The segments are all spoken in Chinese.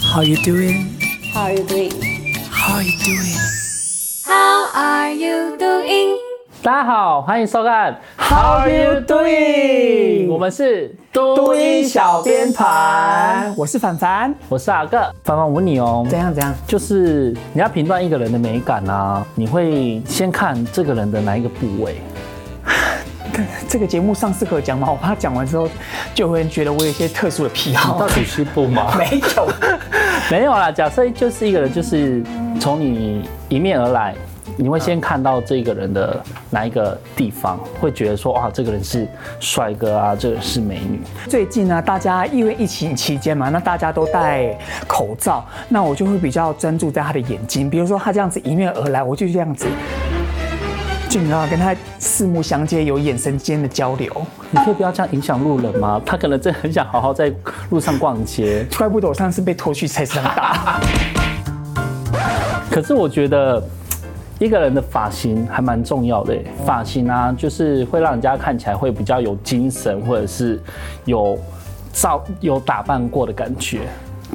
How you doing? How are you doing? How you doing? How are you doing? 大家好，欢迎收看 How are you doing？我们是读都音小编盘，，我是凡凡。我是阿个。凡凡，我问你哦，怎样怎样？就是你要评断一个人的美感啊，你会先看这个人的哪一个部位？这个节目上次可讲吗？我怕讲完之后就会觉得我有一些特殊的癖好到。底是不 吗？没有，没有啦，假设就是一个人，就是从你迎面而来，你会先看到这个人的哪一个地方，会觉得说哇，这个人是帅哥啊，这个人是美女。最近呢，大家因为疫情期间嘛，那大家都戴口罩，那我就会比较专注在他的眼睛。比如说他这样子迎面而来，我就这样子，就你知道跟他四目相接，有眼神间的交流。你可以不要这样影响路人吗？他可能真的很想好好在路上逛街。怪不得我上次被拖去菜市场打。可是我觉得一个人的发型还蛮重要的耶，发型啊，就是会让人家看起来会比较有精神，或者是有造有打扮过的感觉。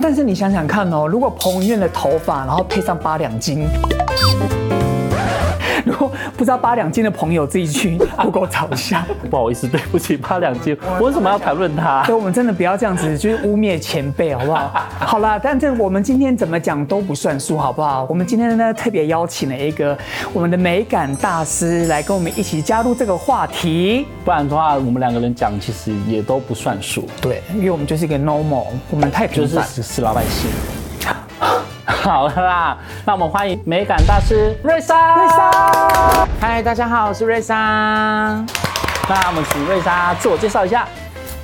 但是你想想看哦，如果彭于晏的头发，然后配上八两金， 如果不知道八两金的朋友自己去 Google 找一下。不好意思，对不起，八两金，我为什么要谈论他所？以我们真的不要这样子，就是污蔑前辈，好不好？ 好啦，但这我们今天怎么讲都不算数，好不好？我们今天呢特别邀请了一个我们的美感大师来跟我们一起加入这个话题。不然的话，我们两个人讲其实也都不算数，对，因为我们就是一个 normal，我们太就平是凡。死死老百姓。 好了啦，那我们欢迎美感大师瑞莎。瑞莎嗨，大家好，我是瑞莎。那我们请瑞莎自我介绍一下。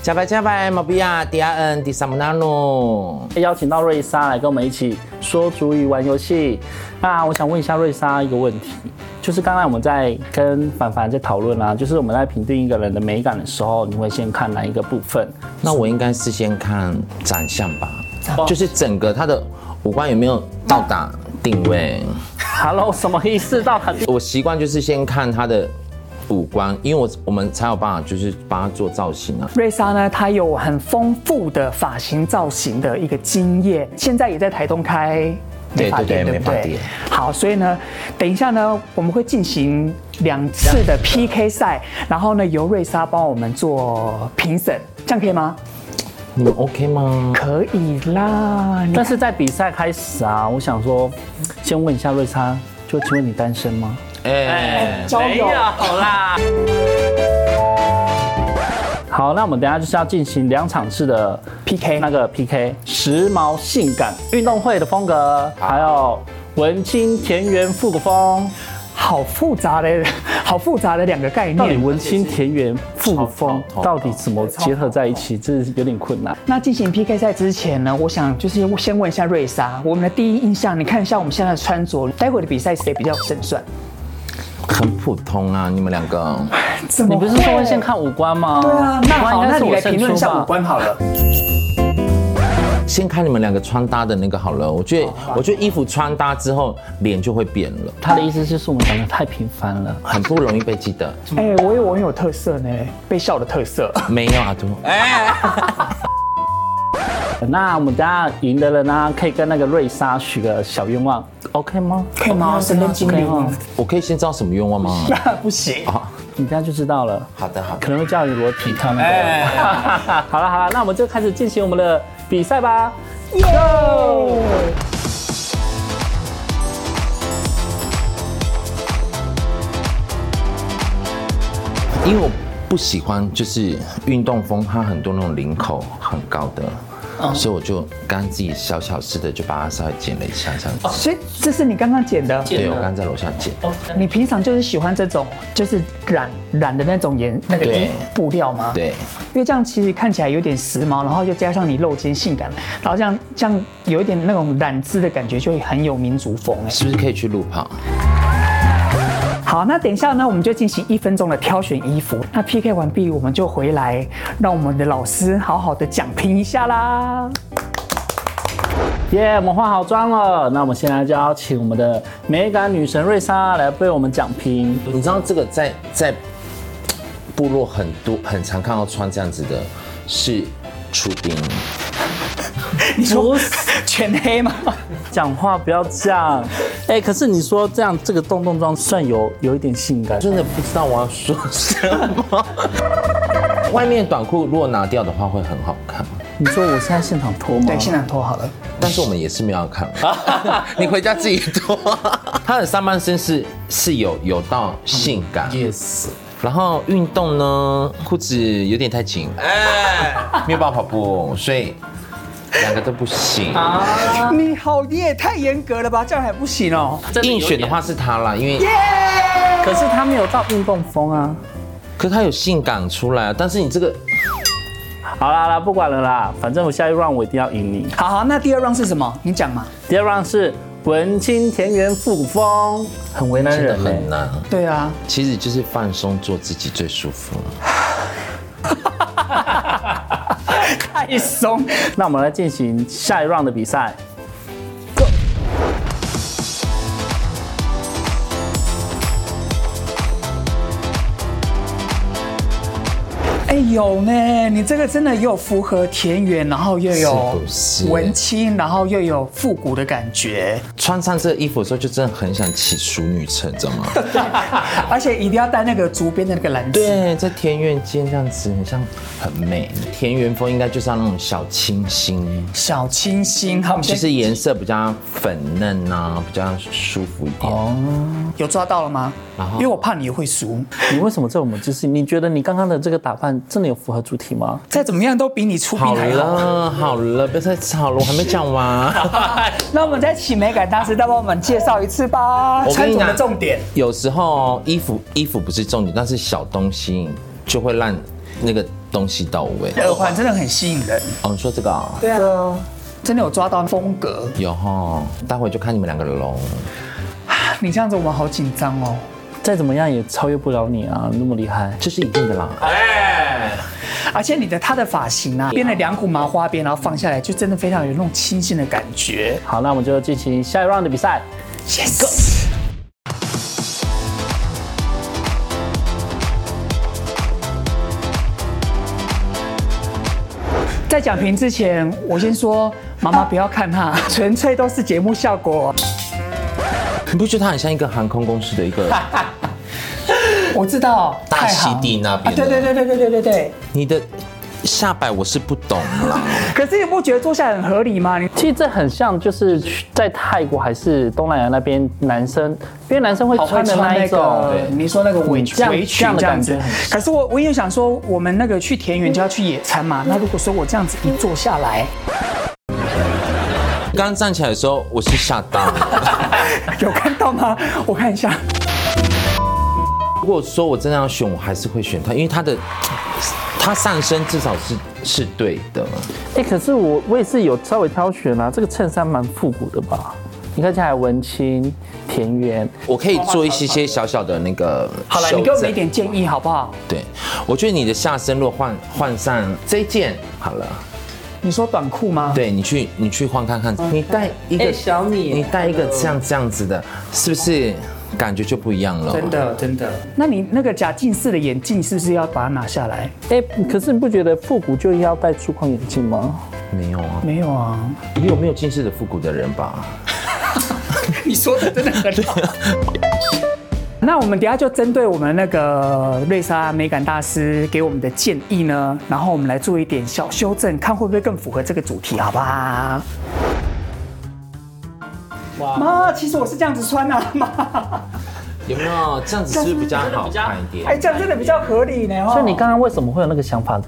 加白加白，毛比亚迪亚恩迪萨姆纳诺。哎邀请到瑞莎来跟我们一起说主语玩游戏。那我想问一下瑞莎一个问题，就是刚才我们在跟凡凡在讨论啊，就是我们在评定一个人的美感的时候，你会先看哪一个部分？那我应该是先看长相吧哦，就是整个他的五官有没有到达定位。 ？Hello，什么意思？到 底我习惯就是先看他的五官，因为我我们才有办法就是帮他做造型啊。瑞莎呢，她有很丰富的发型造型的一个经验，现在也在台东开美发店，对对对对不美发对店？好，所以呢，等一下呢，我们会进行两次 的 PK 赛，然后呢，由瑞莎帮我们做评审，这样可以吗？你们 OK 吗？可以啦，你但是在比赛开始啊，我想说，先问一下瑞莎，就请问你单身吗？哎、交友好啦。好，那我们等一下就是要进行两场式的 PK 那个 PK，时髦性感运动会的风格，还有文青田园复古风。好复杂的， 好复杂的两个概到底念。文青田园复古风超超超到底怎么结合在一起，这是有点困难。那进行 PK 赛之前呢，我想就是先问一下瑞莎，我们的第一印象，你看一下我们现在的穿着，待会的比赛谁比较胜算？很普通啊，你们两个。怎么你不是说会会先看五官吗？对啊，那五官好，应该那是你我来胜评论一出下吧五官好了。先看你们两个穿搭的那个好了，我觉得我觉得衣服穿搭之后脸就会变了，他的意思就是我们长得太平凡了。很不容易被记得。哎、我有我很有特色呢，被笑的特色。 没有啊阿杜。那我们等一下赢的人呢、啊可以跟那个瑞莎许个小愿望，OK 吗？可以吗？神灯精可以灵吗？我可以先知道什么愿望吗？不行，你等一下就知道了， 好的，好的。可能会叫你裸体看那哎个。 好了好了，那我们就开始进行我们的比赛吧。Go！因为我不喜欢就是运动风，它很多那种领口很高的，所以我就刚刚自己小小试的就把它稍微剪了一下这样子。所以这是你刚刚剪的。对，我刚刚在楼下哦剪。你平常就是喜欢这种，就是染染的那种颜那个对衣布料吗？，对，因为这样其实看起来有点时髦，然后又加上你露肩性感，然后这样这样有一点那种染织的感觉，就会很有民族风哎。是不是可以去路跑？好，那等一下呢，我们就进行一分钟的挑选衣服。那 PK 完毕，我们就回来，让我们的老师好好的讲评一下啦。耶我们化好妆了，那我们现在就邀请我们的美感女神瑞莎来为我们讲评。你知道这个在在部落很多很常看到穿这样子的，是出兵。你说不是全黑吗？ 讲话不要这样。哎、可是你说这样这个洞洞装算有有一点性感，真的不知道我要说什么。外面短裤如果拿掉的话会很好看，你说我现在现场脱吗？对，现场脱好了。但是我们也是没有要 看。你回家自己脱。 他的上半身是是有有到性感， Yes，然后运动呢裤子有点太紧，哎，没有办法跑步，所以两个都不行。 你好，你也太严格了吧？这样还不行哦。硬选的，话是他啦，因为可是他没有到运动风啊。可是他有性感出来啊，但是你这个好啦好啦，不管了啦，反正我下一 round 我一定要赢你。好好，那第二 round 是什么？你讲嘛。第二 round 是文青田园复古风，很为难真的人、欸很。难。对啊，其实就是放松做自己最舒服。太松。那我们来进行下一 round 的比赛。哎、有呢，你这个真的又符合田园，然后又有是不是文青，然后又有复古的感觉，穿上这个衣服的时候，就真的很想起熟女车，你知道吗？而且一定要戴那个竹编的那个蓝色。对，在田园间这样子，很像很美。田园风应该就是要那种小清新，小清新，好，我们就先是颜色比较粉嫩啊，比较舒服一点。哦有抓到了吗？因为我怕你会输，你为什么这么自信？你觉得你刚刚的这个打扮真的有符合主题吗？再怎么样都比你出好兵还好。了好了，不要再吵了，我还没讲完。那我们再请美感大师再帮我们介绍一次吧，我跟穿你着讲的重点。有时候衣服衣服不是重点，但是小东西就会让那个东西到 位。耳环真的很吸引人，哦，你说这个、啊？对啊，真的有抓到风格。有哈，待会就看你们两个喽。你这样子我们好紧张哦。再怎么样也超越不了你啊，那么厉害。这是一定的啦。而且你的他的发型啊，编了两股麻花辫，然后放下来，就真的非常有那种清新的感觉。好，那我们就进行下一 round 的比赛。 Yes，在讲评之前，我先说，妈妈不要看他，纯粹都是节目效果。你不觉得它很像一个航空公司的一个？我知道，大太好溪地那啊边对对对对对对对对。你的下摆我是不懂啦。可是你不觉得坐下来很合理吗？你其实这很像，就是在泰国还是东南亚那边男生，因为男哦生会哦穿的那一种，个，你说那个围这裙，样围这裙样的这样子感觉很。可是我我也想说，我们那个去田园就要去野餐嘛。那如果说我这样子一坐下来， 刚站起来的时候，我是吓到了。有看到吗？我看一下，如果说我真的要选，我还是会选它，因为它的它上身至少是是对的。哎、可是我我也是有稍微挑选啊，这个衬衫蛮复古的吧？你看起来文青、田园，我可以做一些些小小的那个好了，你修给我们正一点建议好不好？对，我觉得你的下身如果换换上这一件好了，你说短裤吗？，对你去你去换看看，你带一个小米你带一个像这样子的，是不是感觉就不一样了？真的真的。那你那个假近视的眼镜是不是要把它拿下来？哎、可是你不觉得复古就要戴粗框眼镜吗？没有啊，没有啊，你有没有近视的复古的人吧？你说的真的很好。 那我们等一下就针对我们那个瑞莎美感大师给我们的建议呢，然后我们来做一点小修正，看会不会更符合这个主题，好不好？妈，其实我是这样子穿啊，妈， 有没有这样子是不是比较好看一点？哎，这样真的比较合理呢。哦所以你刚刚为什么会有那个想法，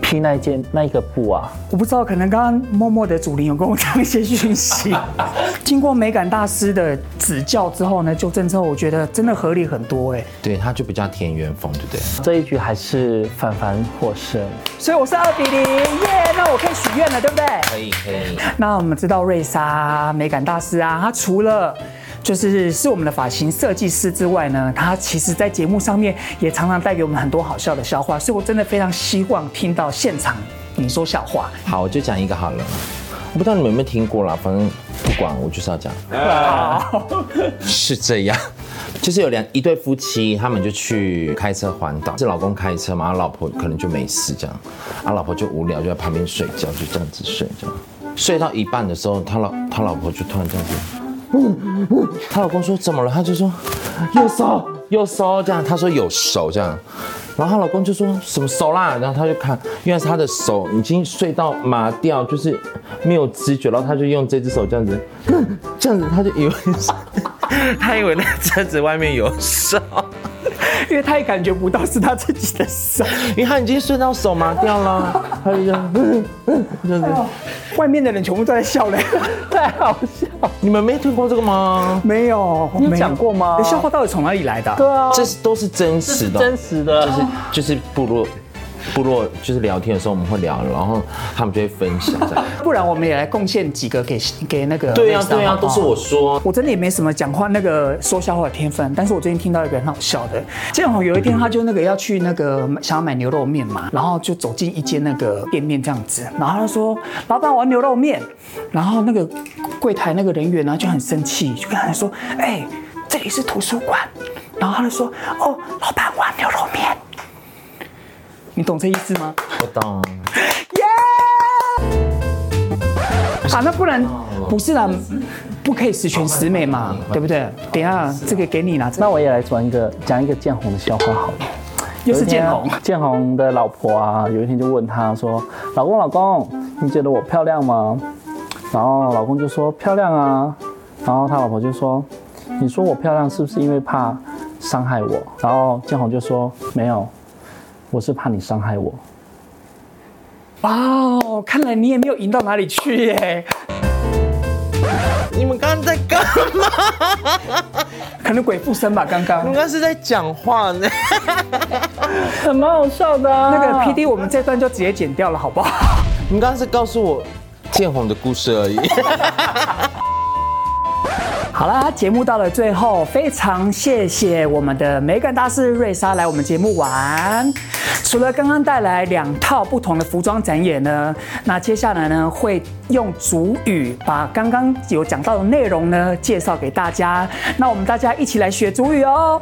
披那一件那一个布啊？我不知道，可能刚刚默默的主灵有跟我讲一些讯 息。经过美感大师的指教之后呢，纠正之后，我觉得真的合理很多哎。对，它就比较田园风，对不对？这一局还是凡凡获胜。所以我是二比零，耶！那我可以许愿了，对不对？可以可以，那我们知道瑞莎美感大师啊，她除了就是是我们的发型设计师之外呢，她其实在节目上面也常常带给我们很多好笑的笑话，所以我真的非常希望听到现场你说笑话。好，我就讲一个好了。我不知道你们有没有听过啦，反正不管，我就是要讲，好，是这样。就是有两一对夫妻，他们就去开车环岛，是老公开车嘛，然后老婆可能就没事这样，啊，老婆就无聊就在旁边睡觉，就这样子睡这样，睡到一半的时候，他老他老婆就突然这样子，她老公说怎么了？她就说有手有手这样，她说有手这样，然后她老公就说什么手啦？然后她就看，原来是她的手已经睡到麻掉，就是没有知觉，然后她就用这只手这样子， 这样子她就以为是，她以为那车子外面有手，因为他也感觉不到是他自己的 手，因为她已经睡到手麻掉了，她就这样这样子，外面的人全部都在笑嘞。太好笑。你们没听过这个吗？没有，你有没讲过吗你笑话到底从哪里来的啊、对啊，这是都是真实的，真实的，就是就是部落，部落就是聊天的时候我们会聊，然后他们就会分享这样。不然我们也来贡献几个给给那个。对呀、对呀、都是。我说。啊我真的也没什么讲话那个说笑话的天分，但是我最近听到一个很好笑的，正好有一天他就那个要去那个嗯想要买牛肉面嘛，然后就走进一间那个店面这样子，然后他说老板我要牛肉面，然后那个柜台那个人员呢就很生气，就跟他说哎、这里是图书馆，然后他就说哦老板我要牛肉面，你懂这意思吗？我懂，耶！啊，那不然不是啦，不可以十全十美嘛，对不对？等一下这个给你啦，那那我也来讲一个讲一个建宏的笑话好了。又是建宏有一天，建宏的老婆啊，有一天就问他说：“老公，老公，你觉得我漂亮吗？”然后老公就说：“漂亮啊。”然后他老婆就说：“你说我漂亮是不是因为怕伤害我？”然后建宏就说：“没有，我是怕你伤害我。哇哦，看来你也没有赢到哪里去耶，你们刚刚在干嘛？可能鬼附身吧，刚刚你。们刚刚是在讲话呢？”很蛮好笑的、啊那个 P D，我们这段就直接剪掉了，好不好？你们刚刚是告诉我建宏的故事而已。好啦，节目到了最后，非常谢谢我们的美感大师瑞莎来我们节目玩。除了刚刚带来两套不同的服装展演呢，那接下来呢会用主语把刚刚有讲到的内容呢介绍给大家。那我们大家一起来学主语哦。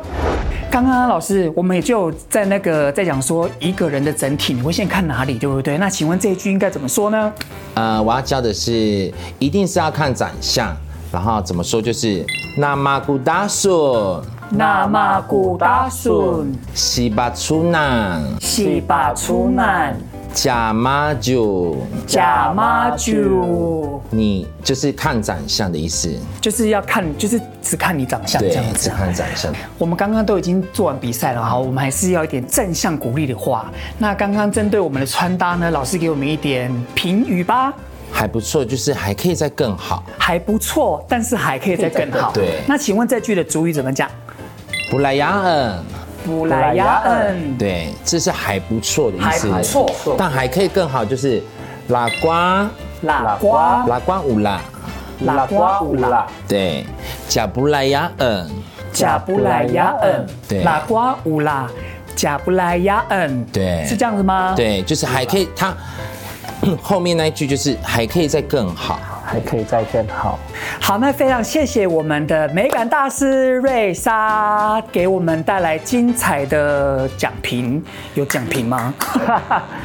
刚刚老师，我们也就在那个在讲说一个人的整体，你会先看哪里，对不对？那请问这一句应该怎么说呢？ 呃，我要教的是，一定是要看长相，然后怎么说就是那玛古达索那么古达顺，西巴出纳西巴出难。假马九，假妈就你就是看长相的意思。就是要看，就是只看你长相这对样，只子。啊看嗯长相。我们刚刚都已经做完比赛了，好，我们还是要一点正向鼓励的话。那刚刚针对我们的穿搭呢，老师给我们一点评语吧。还不错，就是还可以再更好。还不错，但是还可以再更好。 对那请问这句的主语怎么讲？布莱雅恩，布莱亚恩。对，这是还不错的意思。还不错但还可以更好，就是拉瓜喇瓜，拉瓜乌拉，喇瓜乌拉，对，贾布莱雅恩，贾布莱亚恩。对喇瓜乌拉，贾布莱亚恩。对是这样子吗？。对，就是还可以。他 后面那一句就是还可以再更好。还可以再更好。好，那非常谢谢我们的美感大师瑞莎给我们带来精彩的讲评，有讲评吗？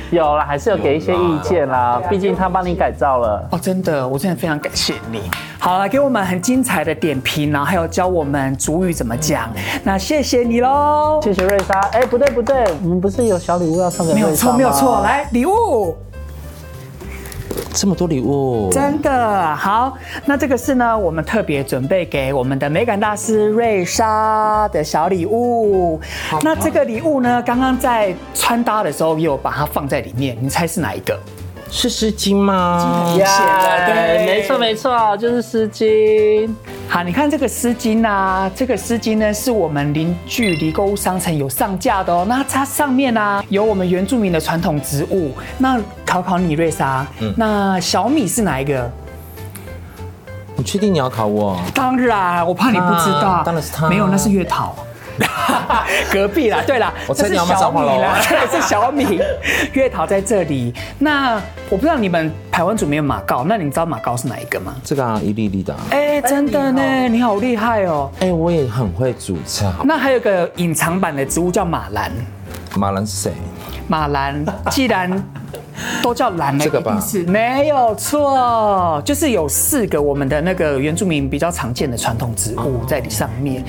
有啦，还是有给一些意见啦，毕竟他帮你改造了。哦，真的，我真的非常感谢你。好了，给我们很精彩的点评，然后还有教我们主语怎么讲，那谢谢你喽。谢谢瑞莎。哎、不对不对，我们不是有小礼物要送给没瑞莎有错，吗没有错，。来礼物。这么多礼物，真的好，那这个是呢，我们特别准备给我们的美感大师瑞莎的小礼物。那这个礼物呢，刚刚在穿搭的时候也有把它放在里面，你猜是哪一个？是湿巾吗？谢了对对，没错没错，就是丝巾。好，你看这个丝巾啊，这个丝巾呢是我们邻距离购物商城有上架的哦。那它上面呢、有我们原住民的传统植物。那考考你，瑞莎，那小米是哪一个？你确定你要考我？当然，我怕你不知道，啊当然是它 没有，那是月桃。隔壁啦，对啦，我这猜是你要骂小脏米话了哦啦， 对，是小米。月桃在这里，那我不知道你们台湾组没有马告，那你知道马告是哪一个吗？这个啊，一粒一粒的啊。哎、真的呢，你好厉害哦。哎，我也很会煮菜。那还有一个隐藏版的植物叫马兰，马兰是谁？马兰，既然都叫兰了，这个吧一定是没有错，就是有四个我们的那个原住民比较常见的传统植物在上面。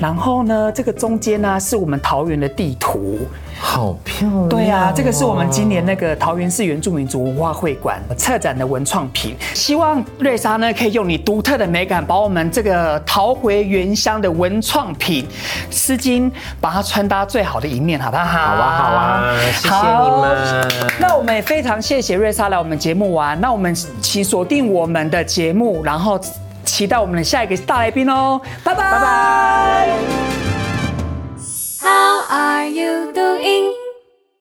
然后呢，这个中间呢、是我们桃园的地图。好漂亮。对呀、这个是我们今年那个桃园市原住民族文化会馆策展的文创品。希望瑞莎呢可以用你独特的美感，把我们这个逃回原乡的文创品丝巾，把它穿搭最好的一面，好不好？好好啊，好啊，谢谢你们。那我们也非常谢谢瑞莎来我们节目玩，那我们请锁定我们的节目，然后期待我们的下一个大来宾哦，拜拜拜拜。 How are you doing?